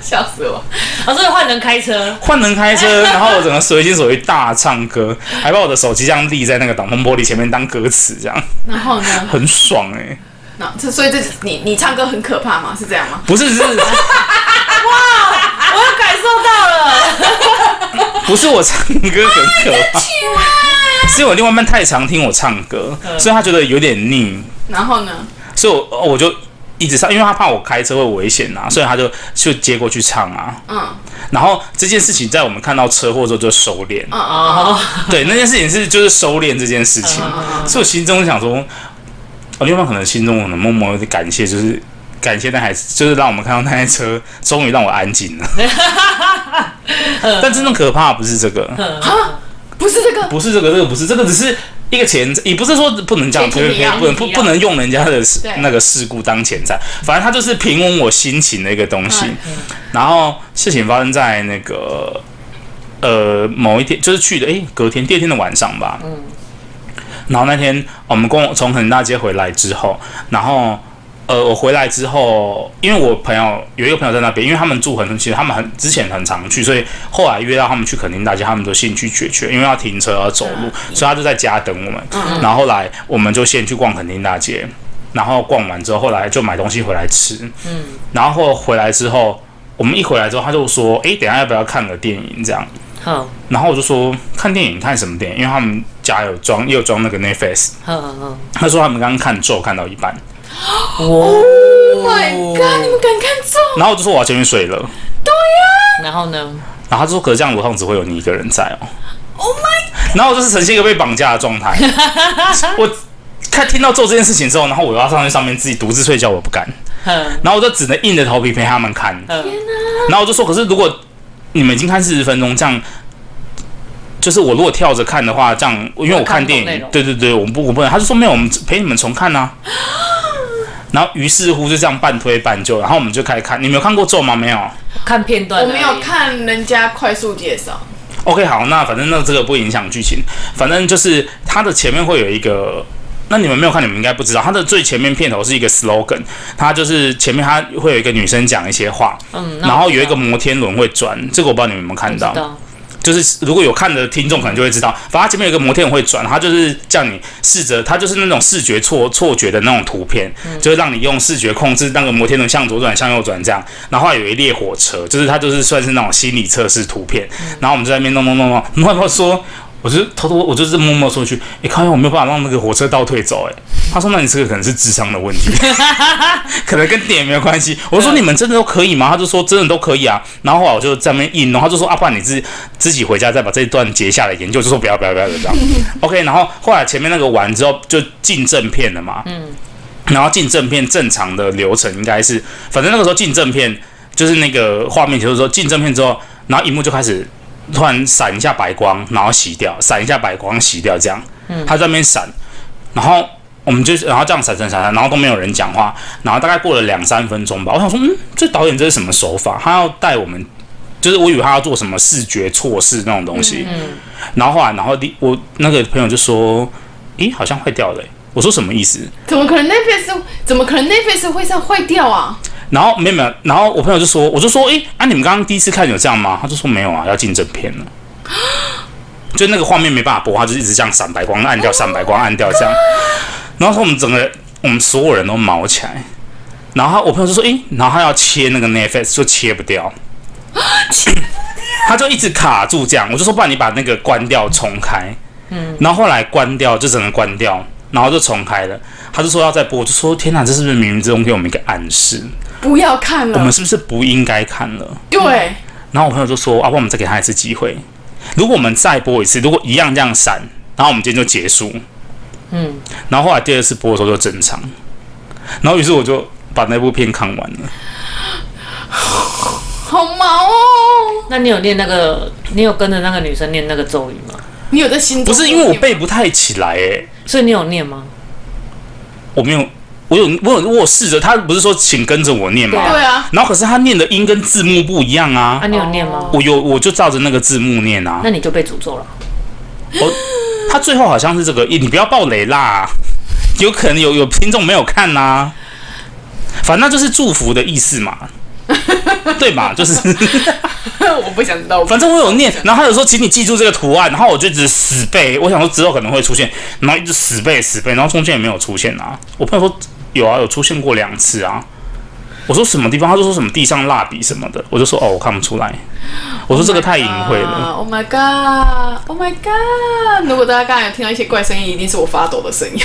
Speaker 2: 笑死我！
Speaker 4: 哦，所以换人开车，
Speaker 3: 换人开车，然后我整个随心所欲大唱歌，还把我的手机这样立在那个挡风玻璃前面当歌词，这样
Speaker 2: 然后呢？
Speaker 3: 很爽哎、
Speaker 2: 那这所以这你你唱歌很可怕吗？是这样吗？
Speaker 3: 不是是，
Speaker 4: 我又感受到了，
Speaker 3: 不是我唱歌很可怕，是因为我另外一半太常听我唱歌，
Speaker 2: 嗯
Speaker 3: 所以他觉得有点腻，
Speaker 2: 然后呢？
Speaker 3: 所以我我就一直唱，因为他怕我开车会危险啊，所以他就就接过去唱啊。
Speaker 2: 嗯
Speaker 3: 然后这件事情在我们看到车祸之后就收敛，
Speaker 2: 嗯嗯，
Speaker 4: 哦，
Speaker 3: 对，那件事情是就是收敛这件事情，
Speaker 2: 嗯
Speaker 3: 所以我心中想说，哦我另外可能心中我能默默的感谢，就是感谢那台，就是让我们看到那台车终于让我安 静了。
Speaker 2: 嗯
Speaker 3: 但真正可怕的不是这个，
Speaker 4: 啊
Speaker 2: 不是这个，
Speaker 3: 不是这个，这个不是这个，只是一个前，也不是说不能这样，不
Speaker 4: 前提啊
Speaker 3: 不能不
Speaker 4: 前提啊
Speaker 3: 不能用人家的事
Speaker 2: 对
Speaker 3: 那个事故当前菜，反正它就是平稳我心情的一个东西。然后事情发生在那个呃某一天，就是去的诶，隔天第二天的晚上吧。嗯。然后那天我们跟我从恒大街回来之后，然后。呃，我回来之后，因为我朋友有一个朋友在那边，因为他们住很，其实他们很之前很常去，所以后来约到他们去垦丁大街，他们都兴趣缺缺，因为要停车要走路，所以他就在家等我们。然后后来我们就先去逛垦丁大街，然后逛完之后，后来就买东西回来吃。嗯，然后回来之后，我们一回来之后，他就说：“诶，等一下要不要看个电影？”这样，
Speaker 4: 好，
Speaker 3: 然后我就说：“看电影看什么电影？”因为他们家有装，也有装那个 Netflix。
Speaker 4: 好，好，
Speaker 3: 他说他们刚刚看咒看到一半，哦
Speaker 4: 我，
Speaker 2: Oh My God！你们敢看这？
Speaker 3: 然后我就说我要先去睡了。
Speaker 4: 然后呢？
Speaker 3: 然后他就说：“可是这样楼上只会有你一个人在哦。” Oh my！然后我就是呈现一个被绑架的状 态。我看听到做这件事情之后，然后我要上去上面自己独自睡觉，我不敢。
Speaker 4: 嗯
Speaker 3: 然后我就只能硬着头皮陪他们看。
Speaker 4: 嗯，
Speaker 3: 然后我就说：“可是如果你们已经看四十分钟，这样就是我如果跳着看的话，这样因为我看电
Speaker 4: 不会看不懂内
Speaker 3: 影
Speaker 4: 容，
Speaker 3: 对对对，我们不我不能。”他就说：“没有，我们陪你们重看 啊。”然后于是乎就这样半推半就，然后我们就开始看。你们有看过咒吗？没有。
Speaker 4: 看片段，啊哎
Speaker 2: 我没有，看人家快速介绍，
Speaker 3: OK，好，那反正那这个不影响剧情，反正就是它的前面会有一个。那你们没有看，你们应该不知道，它的最前面片头是一个 slogan，它就是前面它会有一个女生讲一些话，
Speaker 4: 嗯，
Speaker 3: 然后有一个摩天轮会转，这个我不知道你们有没有看
Speaker 4: 知
Speaker 3: 到，
Speaker 4: 道，
Speaker 3: 就是如果有看的听众可能就会知道，反正它前面有一个摩天轮会转，它就是叫你试着，它就是那种视觉错错觉的那种图片，就是让你用视觉控制那个摩天轮向左转向右转这样。然后还有一列火车，就是它就是算是那种心理测试图片。然后我们就在那边弄弄弄弄，然后他说。我就偷偷，我就是默默说一句，哎、靠靠，我没有办法让那个火车倒退走、诶哎他说，那你这个可能是智商的问题，可能跟点没有关系。我说，你们真的都可以吗？他就说，真的都可以啊。然后后来我就在那边硬弄，他就说，啊，不然你自己自己回家再把这一段截下来研究，就说不要不要不要不 要。OK，然后后来前面那个完之后就进正片了嘛，嗯，然后进正片正常的流程应该是，反正那个时候进正片就是那个画面，就是说进正片之后，然后荧幕就开始突然闪一下白光，然后洗掉，闪一下白光洗掉这样，嗯，他在那边闪，然后。我们就然后这样闪闪闪闪，然后都没有人讲话，然后大概过了两三分钟吧，我想说，嗯，这导演这是什么手法？他要带我们就是我以为他要做什么视觉错视那种东西，然后后来，然后第我那个朋友就说，咦，好像坏掉了欸、我说什么意思？
Speaker 2: 怎么可能 Netflix 怎么可能 Netflix 会上坏掉啊？
Speaker 3: 然后没有没有，然后我朋友就说，我就说，诶，啊，你们刚刚第一次看有这样吗？他就说没有啊，要进正片了。就那个画面没办法播，他就一直这样闪白光，按掉，闪白光，按掉这样。然后说我们整个我们所有人都毛起来，然后他我朋友就说，诶，然后他要切那个 Netflix 就切不掉，他就一直卡住这样。我就说，不然你把那个关掉重开。嗯，然后后来关掉就只能关掉，然后就重开了。他就说要再播，我就说天哪，这是不是冥冥之中给我们一个暗示？
Speaker 2: 不要看
Speaker 3: 我
Speaker 2: 了
Speaker 3: 们，是不是不应该看了？
Speaker 2: 对，
Speaker 3: 然后我朋友就说：“啊，不然我们再给他一次机会。如果我们再播一次，如果一样这样闪，然后我们今天就结束。”
Speaker 4: 嗯，
Speaker 3: 然后后来第二次播的时候就正常。然后于是我就把那部片看完了。
Speaker 2: 好毛哦。
Speaker 4: 那你有念那个，你有跟着那个女生念那个咒语吗？
Speaker 2: 你有在心中
Speaker 3: 不是因为我背不太起来、诶，
Speaker 4: 所以你有念吗？
Speaker 3: 我没有，我有，我有，我有试着。他不是说请跟着我念吗？
Speaker 2: 对啊，
Speaker 3: 然后可是他念的音跟字幕不一样啊
Speaker 4: 啊，。你有念吗？
Speaker 3: 我有，我就照着那个字幕念啊
Speaker 4: 那。你就被诅咒了。
Speaker 3: 我他最后好像是这个，咦你不要爆雷啦，有可能有有听众没有看呐、反正那就是祝福的意思嘛。对吧？就是
Speaker 2: 我不想知道，我不
Speaker 3: 反正我有念，然后他有说请你记住这个图案，然后我就一直死背，我想说之后可能会出现，然后一直死背死背，然后中间也没有出现啊。我朋友说有啊，有出现过两次啊。我说什么地方，他就说什么地上蜡笔什么的，我就说哦，我看不出来。我说这个太隐晦了。
Speaker 2: 啊 Oh my god! Oh my god! 如果大家刚才有听到一些怪声音，一定是我发抖的声音。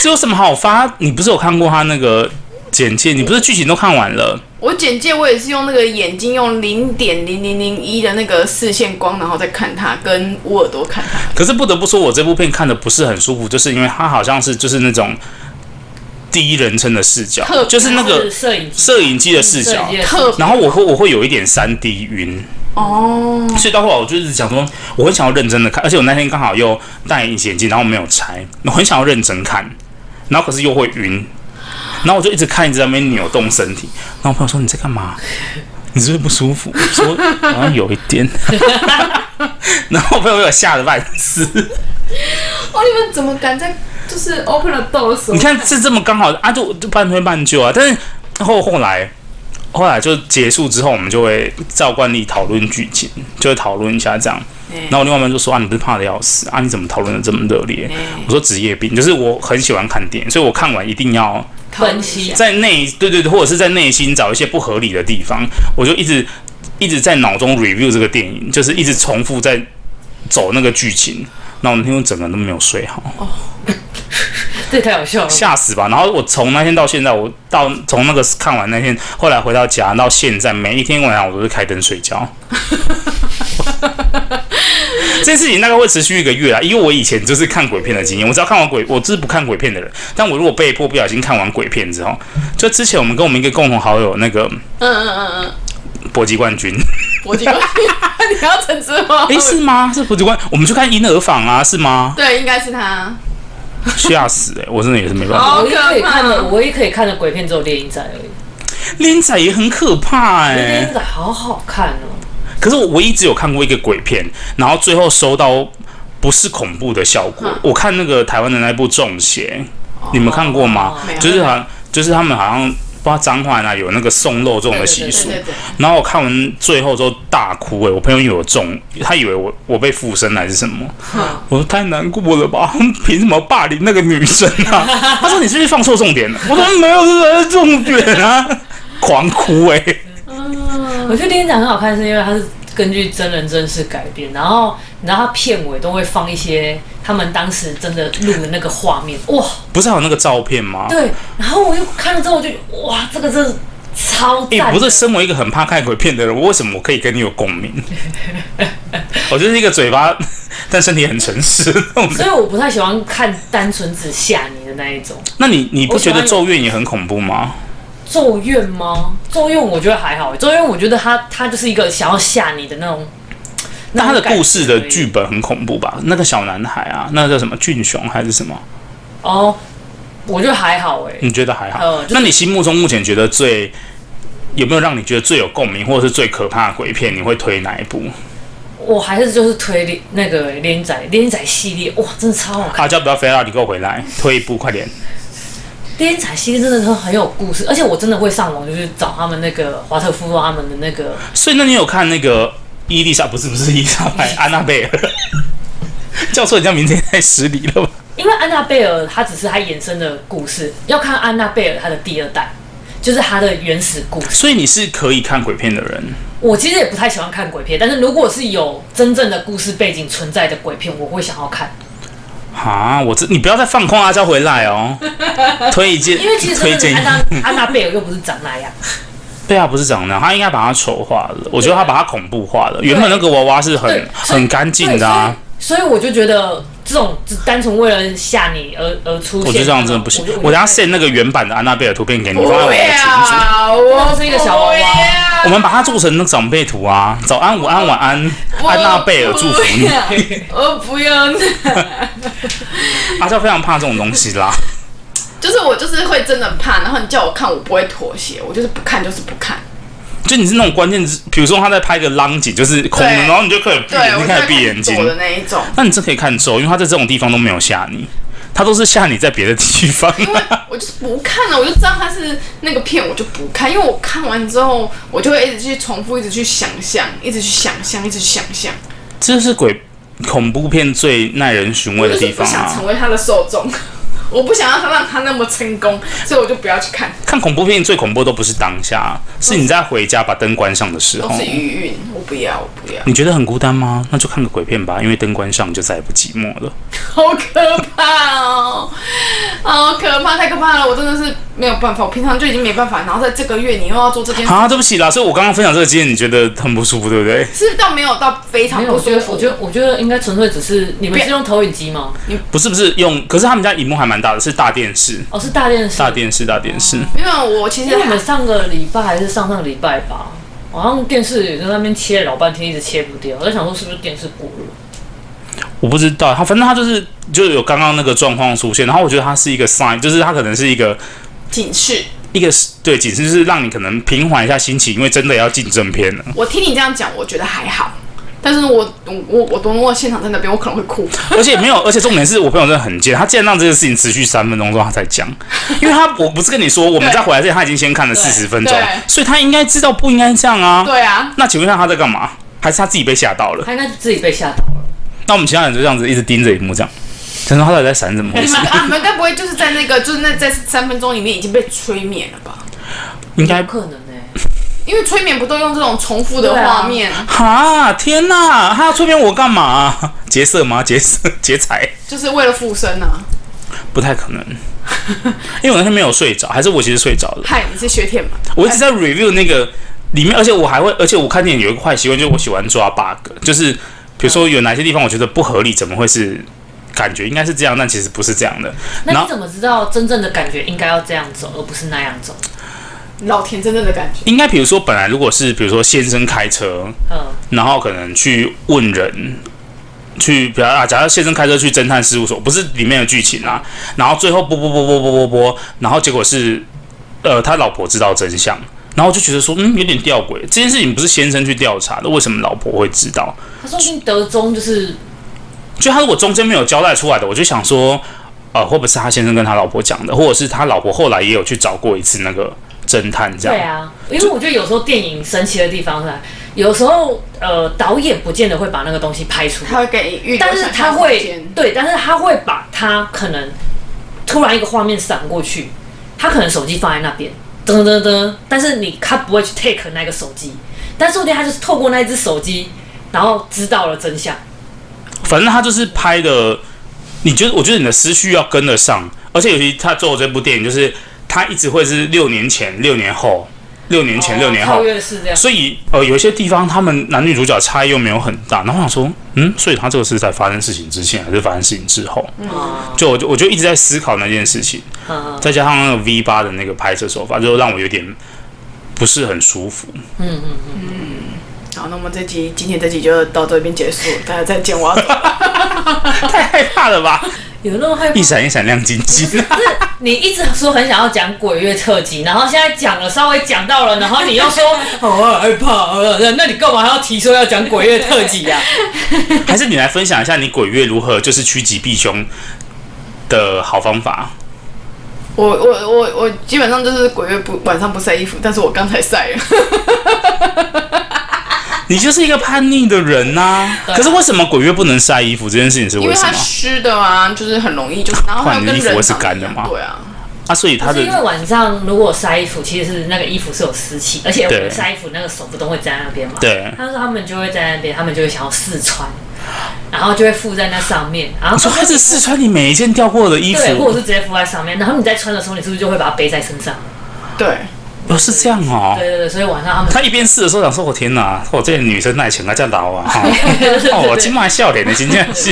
Speaker 3: 这有什么好发？你不是有看过他那个简介？你不是剧情都看完了？
Speaker 2: 我简介我也是用那个眼睛用零点零零零一的那个视线光，然后再看它，跟捂耳朵看它。
Speaker 3: 可是不得不说，我这部片看的不是很舒服，就是因为它好像是就是那种第一人称的视角
Speaker 2: 特，
Speaker 3: 就是那个
Speaker 4: 哦摄影机嗯
Speaker 3: 摄影机的视角
Speaker 4: 摄影机，的
Speaker 2: 特
Speaker 3: 然后我会我会有一点三 D 晕，
Speaker 2: 哦，
Speaker 3: 所以到后来我就一直想说，我很想要认真的看，而且我那天刚好又戴隐形眼镜，然后没有拆，我很想要认真看，然后可是又会晕，然后我就一直看，一直在那边扭动身体，然后我朋友说你在干嘛？你是不是不舒服？我说 好像有一点， 然后我朋友被我吓得半死。
Speaker 2: 哦，你们怎么敢在就是 open 了斗的时候
Speaker 3: 你看是这么刚好啊，就就半推半就啊。但是后后来后来就结束之后，我们就会照惯例讨论剧情，就会讨论一下这样。
Speaker 2: 嗯
Speaker 3: 然后我另外一半就说啊，你不是怕的要死啊？你怎么讨论的这么热烈？我说职业病，就是我很喜欢看电影，所以我看完一定要
Speaker 4: 分析
Speaker 3: 在内对对对，或者是在内心找一些不合理的地方，我就一直一直在脑中 review 这个电影，就是一直重复在走那个剧情。那我那天我整个人都没有睡好。
Speaker 4: 这太好笑了。
Speaker 3: 吓死吧！然后我从那天到现在，我到从那个看完那天，后来回到家到现在，每一天晚上我都是开灯睡觉。这件事情大概会持续一个月啊，因为我以前就是看鬼片的经验，我只要看完鬼，我是不看鬼片的人，但我如果被迫不小心看完鬼片之后，就之前我们跟我们一个共同好友那个
Speaker 2: 嗯嗯嗯嗯，
Speaker 3: 搏击冠军，
Speaker 2: 我 几个你要橙汁吗？
Speaker 3: 诶，是吗？是搏击冠，我们去看婴儿房啊，是吗？
Speaker 2: 对，应该是他。
Speaker 3: 吓死诶、我真的也是没办法。
Speaker 2: 好
Speaker 4: 我唯一可以看
Speaker 2: 可
Speaker 4: 的，
Speaker 2: 怕
Speaker 4: 我唯一可以看的鬼片只有《猎鹰仔》而已，
Speaker 3: 连仔也很可怕欸诶、
Speaker 4: 《猎鹰仔》好好看哦。
Speaker 3: 可是我唯一只有看过一个鬼片，然后最后收到不是恐怖的效
Speaker 2: 嗯
Speaker 3: 果。我看那个台湾的那一部《中邪》，你们看过吗？
Speaker 2: 哦没有
Speaker 3: 就是好像，就是他们好像不知道彰化哪里有那个送肉这种的习
Speaker 2: 对
Speaker 3: 俗。
Speaker 2: 对对，
Speaker 3: 然后我看完最后之后大哭、欸，我朋友以为我中，他以为我我被附身还是什么。我说太难过了吧， 凭什么霸凌那个女生 啊？他说你是不是放错重点了？我说没有，这是重点啊！狂哭哎、欸
Speaker 2: 嗯
Speaker 4: 我觉得《猎鹰仔》很好看，是因为它是根据真人真事改编，然后你知道它片尾都会放一些他们当时真的录的那个画面，哇，
Speaker 3: 不是还有那个照片吗？
Speaker 4: 对。然后我又看了之后，我就哇，这个真的超
Speaker 3: 哎、
Speaker 4: 赞的。
Speaker 3: 不是，身为一个很怕看鬼片的人，我为什么我可以跟你有共鸣？ 我就是一个嘴巴， 但身体很诚实。
Speaker 4: 所以我不太喜欢看单纯只吓你的那一种。
Speaker 3: 那你你不
Speaker 4: 我喜
Speaker 3: 觉
Speaker 4: 欢
Speaker 3: 得《咒怨》也很恐怖吗？
Speaker 4: 咒怨吗？咒怨我觉得还好，咒怨我觉得它它就是一个想要吓你的那种。
Speaker 3: 但他
Speaker 4: 那
Speaker 3: 的
Speaker 4: 种感觉
Speaker 3: 故事的剧本很恐怖吧？那个小男孩啊，那个叫什么俊雄还是什么？
Speaker 4: 哦，我觉得还好哎、
Speaker 3: 你觉得还好？
Speaker 4: 呃就是
Speaker 3: 那你心目中目前觉得最有没有让你觉得最有共鸣，或者是最可怕的鬼片？你会推哪一部？
Speaker 4: 我还是就是推猎那个猎鹰仔猎鹰仔系列，哇，真的超好看！
Speaker 3: 啊，叫不要飞到你给我回来，推一部快点！
Speaker 4: 猎鹰仔系列真的是很有故事，而且我真的会上网就是找他们那个华特夫妇他们的那个，
Speaker 3: 所以，那你有看那个伊丽莎？不是，不是伊丽莎白，安娜 贝尔。叫错人家名字也太失礼了吧？
Speaker 4: 因为安娜贝尔她只是她衍生的故事，要看安娜贝尔她的第二代，就是她的原始故事。
Speaker 3: 所以你是可以看鬼片的人，
Speaker 4: 我其实也不太喜欢看鬼片，但是如果是有真正的故事背景存在的鬼片，我会想要看。
Speaker 3: 啊！我这你不要再放空阿娇回来 哦，推荐，
Speaker 4: 因为其实
Speaker 3: 推
Speaker 4: 真的安
Speaker 3: 荐，
Speaker 4: 娜安娜贝尔又不是长那样，
Speaker 3: 对啊，不是长那样，他应该把它丑化了，我觉得他把它恐怖化了。原本那个娃娃是很
Speaker 4: 对所以
Speaker 3: 很干净的啊，
Speaker 4: 对所以所以我就觉得这种只单纯为了吓你而而出现，
Speaker 3: 我觉得这样真的不行。我等下 send 那个原版的安娜贝尔图片给你，
Speaker 2: 不
Speaker 3: 放在我们的群组。
Speaker 2: 要，我
Speaker 4: 是一个小娃娃
Speaker 2: 不要
Speaker 3: 我们把它做成那长辈图啊，早安、午安、晚安，安娜贝尔祝福你。
Speaker 2: 你，我不要那，
Speaker 3: 阿娇非常怕这种东西啦。
Speaker 2: 就是我就是会真的很怕，然后你叫我看，我不会妥协，我就是不看就是不看。
Speaker 3: 就你是那种关键字，比如说他在拍个浪景，就是空的，
Speaker 2: 对
Speaker 3: 然后你就开始闭
Speaker 2: 对，
Speaker 3: 眼
Speaker 2: 我
Speaker 3: 睛，
Speaker 2: 就
Speaker 3: 开
Speaker 2: 会
Speaker 3: 始闭眼睛
Speaker 2: 看。我的那一种。
Speaker 3: 那你真可以看咒，因为他在这种地方都没有吓你，他都是吓你在别的地方、
Speaker 2: 因为我就是不看啊了，我就知道它是那个片，我就不看，因为我看完之后，我就会一直去重复，一直去想象，一直去想象，一直去想象，
Speaker 3: 这是鬼恐怖片最耐人寻味
Speaker 2: 我
Speaker 3: 的
Speaker 2: 就是
Speaker 3: 地
Speaker 2: 不
Speaker 3: 方
Speaker 2: 想
Speaker 3: 啊
Speaker 2: 成！为他的受众， 我不想让他让他那么成功，所以我就不要去看，
Speaker 3: 看恐怖片最恐怖的都不是当下，是你在回家把灯关上的时
Speaker 2: 都
Speaker 3: 候
Speaker 2: 是。余韵，我不要，我不要，
Speaker 3: 你觉得很孤单吗？那就看个鬼片吧，因为灯关上你就再也不寂寞了。
Speaker 2: 好可怕哦，好可怕，太可怕了，我真的是没有办法，我平常就已经没办法，然后在这个月你又要做这件事，
Speaker 3: 啊，对不起啦，所以我刚刚分享这个经验，你觉得很不舒服，对不对？
Speaker 2: 是到没有到非常
Speaker 4: 没有，
Speaker 2: 不
Speaker 4: 我觉
Speaker 2: 舒
Speaker 4: 得，
Speaker 2: 服，
Speaker 4: 我觉得，我觉得应该纯粹只是你们是用投影机吗？
Speaker 3: 不是不是用，可是他们家荧幕还蛮大的，是大电视，
Speaker 4: 哦，是大电视。
Speaker 3: 大电视，大电视。
Speaker 2: 没有，我其
Speaker 4: 因
Speaker 2: 实
Speaker 4: 为我
Speaker 2: 还
Speaker 4: 们上个礼拜还是上上礼拜吧，好像电视也在那边切老半天，一直切不掉。我在想说是不是电视过热？
Speaker 3: 我不知道，他反正他就是就有刚刚那个状况出现，然后我觉得它是一个 sign，就是它可能是一个
Speaker 2: 警示。
Speaker 3: 一个对警示，就是让你可能平缓一下心情，因为真的要进正片了。
Speaker 2: 我听你这样讲，我觉得还好。但是我我我我等我现场在那边，我可能会 哭。
Speaker 3: 而且没有，而且重点是我朋友真的很贱，他竟然让这件事情持续三分钟之后他才讲，因为他我不是跟你说我们在回来之前他已经先看了四十分钟
Speaker 2: 对，
Speaker 3: 所以他应该知道不应该这样啊。
Speaker 2: 对啊，
Speaker 3: 那请问一下他在干嘛？还是他自己被吓到了？
Speaker 4: 他应该是自己被吓到了。
Speaker 3: 那
Speaker 4: 那
Speaker 3: 我们其他人就这样子一直盯着荧幕这样，想说他到底在闪怎么回
Speaker 2: 你
Speaker 3: 事
Speaker 2: 们？ 啊，你们该不会就是在那个就是那在三分钟里面已经被催眠了吧？
Speaker 3: 应该
Speaker 4: 有可能欸呢、
Speaker 2: 因为催眠不都用这种重复的
Speaker 4: 对啊
Speaker 2: 画面？
Speaker 3: 哈，天哪！他要催眠我干嘛？ 劫色吗？劫色劫财？
Speaker 2: 就是为了附身啊！
Speaker 3: 不太可能， 因为我那天没有睡着，还是我其实睡着了。
Speaker 2: 嗨，你是学铁吗？
Speaker 3: 我一直在 review 那个里面，而且我还会，而且我看电影有一个坏习惯，就是我喜欢抓 bug，就是比如说有哪些地方我觉得不合理，怎么会是感觉应该是这样，但其实不是这样的。然
Speaker 4: 那你
Speaker 3: 后
Speaker 4: 怎么知道真正的感觉应该要这样走，而不是那样走？
Speaker 2: 老田真正的感觉，
Speaker 3: 应该比如说本来如果是比如说先生开车，
Speaker 4: 嗯，
Speaker 3: 然后可能去问人，去比方啊，假设先生开车去侦探事务所，不是里面的剧情啊，然后最后播播播播播播播，然后结果是，呃，他老婆知道真相，然后就觉得说，嗯，有点吊诡，这件事情不是先生去调查的，为什么老婆会知道？
Speaker 4: 他说不定德中就是
Speaker 3: 就他如果中间没有交代出来的，我就想说，呃，会不会是他先生跟他老婆讲的，或者是他老婆后来也有去找过一次那个侦探这样？
Speaker 4: 对啊，因为我觉得有时候电影神奇的地方是，有时候呃导演不见得会把那个东西拍出来
Speaker 2: 他，会给你预留
Speaker 4: 但是
Speaker 2: 想
Speaker 4: 他
Speaker 2: 象空
Speaker 4: 会
Speaker 2: 间
Speaker 4: 对，但是他会把他可能突然一个画面闪过去，他可能手机放在那边，噔噔噔，但是你他不会去 take 那个手机，但是不定他就是透过那一只手机，然后知道了真相。
Speaker 3: 反正他就是拍的，你觉得？我觉得你的思绪要跟得上，而且尤其他做的这部电影，就是他一直会是六年前、六年后、六年前、六年
Speaker 4: 跳
Speaker 3: 后，
Speaker 4: 跃式这样，
Speaker 3: 所以呃，有一些地方他们男女主角差异又没有很大。然后我想说，嗯，所以他这个是在发生事情之前，还是发生事情之后？
Speaker 4: 嗯
Speaker 3: 就我就我就一直在思考那件事情，
Speaker 4: 嗯
Speaker 3: 再加上那个 V 八的那个拍摄手法，就让我有点不是很舒服。
Speaker 4: 嗯嗯，
Speaker 2: 好，那我们这集今天这集就到这边结束，大家再见，我要走 了
Speaker 3: 太害怕了吧！
Speaker 4: 有那么害怕
Speaker 3: 一？闪一闪亮晶晶。
Speaker 4: 你一直说很想要讲鬼月特辑，然后现在讲了，稍微讲到了，然后你又说好啊害怕了，那你干嘛要提说要讲鬼月特辑啊呀、
Speaker 3: 还是你来分享一下你鬼月如何就是趋吉避凶的好方法？
Speaker 2: 我我我我基本上就是鬼月不晚上不晒衣服，但是我刚才晒了。
Speaker 3: 你就是一个叛逆的人呐、
Speaker 4: 对啊
Speaker 3: 可是为什么鬼月不能晒衣服这件事情是
Speaker 2: 因
Speaker 3: 为
Speaker 2: 为
Speaker 3: 什
Speaker 2: 它
Speaker 3: 么
Speaker 2: 湿的啊，就是很容易就，然后还有跟
Speaker 3: 换衣服
Speaker 2: 人
Speaker 3: 会是干的
Speaker 2: 长一样
Speaker 3: 吗
Speaker 2: 对啊，
Speaker 3: 啊？所以他
Speaker 4: 是因为
Speaker 3: 的
Speaker 4: 晚上如果晒衣服，其实是那个衣服是有湿气，而且我
Speaker 3: 对
Speaker 4: 们晒衣服那个手不都会粘在那边嘛。
Speaker 3: 对
Speaker 4: 他说他们就会在那边，他们就会想要试穿，然后就会附在那上面，然后
Speaker 3: 你说开始试穿你每一件掉过的衣
Speaker 4: 对，或者
Speaker 3: 服，
Speaker 4: 是直接附在上面，然后你在穿的时候，你是不是就会把它背在身上？
Speaker 2: 对，
Speaker 3: 哦是这样哦。
Speaker 4: 对对对，所以晚上他们
Speaker 3: 他一边试的时候想说：“我天哪，我这女生耐情啊，这样老啊！”哈哦，我今晚笑脸的今天是，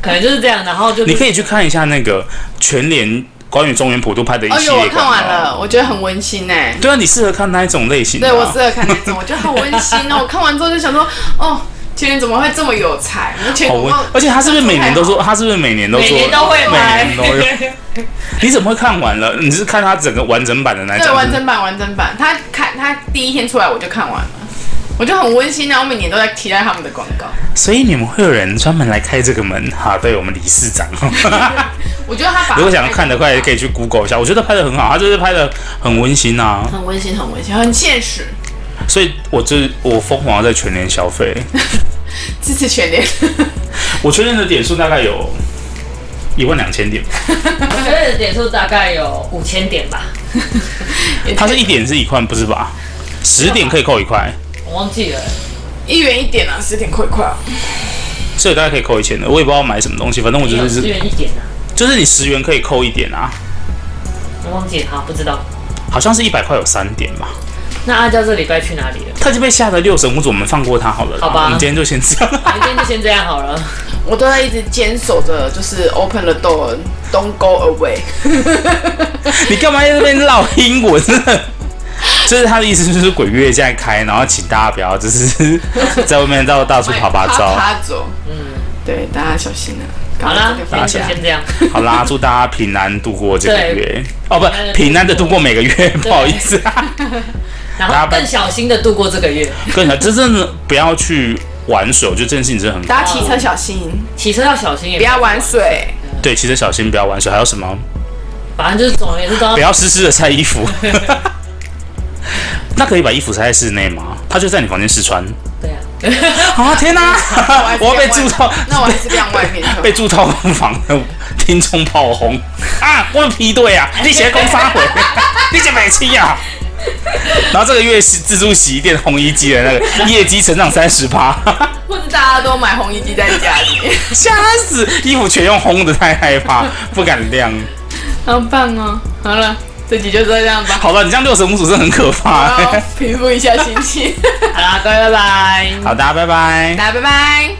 Speaker 4: 可能就是这样，然后就
Speaker 3: 你可以去看一下那个全联关于中原普渡拍的一
Speaker 2: 哦
Speaker 3: 系
Speaker 2: 呦，
Speaker 3: 列
Speaker 2: 我
Speaker 3: 广告。
Speaker 2: 看完了，我觉得很温馨哎、
Speaker 3: 对啊，你适合看那一种类型的啊、
Speaker 2: 对我适合看那种，我觉得好温 馨哦。我看完之后就想说，哦，前年怎么会这么有才？我前
Speaker 3: 好
Speaker 2: 年
Speaker 3: 温
Speaker 2: 广告，
Speaker 3: 而且他是不是每年都说？他是不是每年都
Speaker 4: 每
Speaker 3: 说？
Speaker 4: 年都会
Speaker 3: 每
Speaker 4: 拍
Speaker 3: 年。都有。你怎么会看完了？你是看他整个完整版的那一种？
Speaker 2: 对完整版完整版，他看他第一天出来我就看完了。我就很温馨啊！我每年都在期待他们的广告。
Speaker 3: 所以你们会有人专门来开这个门哈？对我们理事长，
Speaker 2: 我觉得他 把
Speaker 3: 如果想看的快，可以去 Google 一下。我觉得拍的很好，他就是拍的很温馨啊。
Speaker 2: 很温馨，很温馨，很现实。
Speaker 3: 所以我这我疯狂地在全年消费，
Speaker 2: 支持 全联，
Speaker 3: 我确认的点数大概有一万两千点，
Speaker 4: 我觉得点数大概有五千点吧，
Speaker 3: 它是一点是一块，不是吧？十点可以扣一块，
Speaker 4: 我忘记了。
Speaker 2: 一元一点啊，十点快快啊！
Speaker 3: 所以大概可以扣一千的。我也不知道买什么东西，反正我觉得
Speaker 4: 十
Speaker 3: 是
Speaker 4: 元一点啊，
Speaker 3: 就是你十元可以扣一点啊，
Speaker 4: 我忘记了，好不知道。
Speaker 3: 好像是一百块有三点吧。
Speaker 4: 那阿娇这礼拜去哪里 了？
Speaker 3: 他就被吓得六神无主，我们放过他好了啦。
Speaker 4: 好吧
Speaker 3: 我们今天就先这样。
Speaker 4: 我们今天就先这样好了。
Speaker 2: 我都在一直坚守着，就是 open the door，don't go away。
Speaker 3: 你干嘛在这边唠英文？ 真的就是他的意思，就是鬼月现在开，然后请大家不要，就是在外面到到处跑八 招。
Speaker 2: 爬走。嗯，对，大家小心啊！
Speaker 4: 好啦，今
Speaker 2: 大家
Speaker 4: 天就先这样。
Speaker 3: 好啦，祝大家平安度过这个
Speaker 4: 对
Speaker 3: 月。哦，不，平
Speaker 4: 平
Speaker 3: 安
Speaker 4: 安
Speaker 3: 的
Speaker 4: 地
Speaker 3: 度
Speaker 4: 度
Speaker 3: 过每个月，不好意思、 啊。大
Speaker 4: 然
Speaker 3: 家
Speaker 4: 后
Speaker 3: 拜
Speaker 4: 更小心的度过这个月。
Speaker 3: 跟你讲，真正的不要去玩水，我觉得这件事情真的很
Speaker 2: 大家骑车小心，
Speaker 4: 骑车要小心，也
Speaker 2: 不要玩。水。
Speaker 3: 对，骑车小心，不要玩水。还有什么？
Speaker 4: 反正就是总而言之都要
Speaker 3: 不要湿湿的晒衣服。 那可以把衣服晒在室内吗？他就在你房间试穿。
Speaker 4: 对啊。
Speaker 3: 啊天哪、
Speaker 2: 还 是
Speaker 3: 我要被
Speaker 2: 晾外
Speaker 3: 住到，
Speaker 2: 那我还是晾外面就好
Speaker 3: 被住套房的听众炮轰啊！我的批对啊，
Speaker 2: 哎
Speaker 3: 你写公发 回，你写美期啊！然后这个月是自助洗衣店烘衣机的那个 业绩成长三十趴，
Speaker 2: 或者大家都买烘衣机在家里，
Speaker 3: 吓死！衣服全用烘的，太害怕，不敢晾。
Speaker 2: 好棒哦！好了，这集就这样吧。
Speaker 3: 好了，你这样六神无主真的很可怕、
Speaker 2: 好，平复一下心情。
Speaker 4: 好啦，各位拜拜。
Speaker 3: 好，大家拜拜。
Speaker 2: 大家拜拜。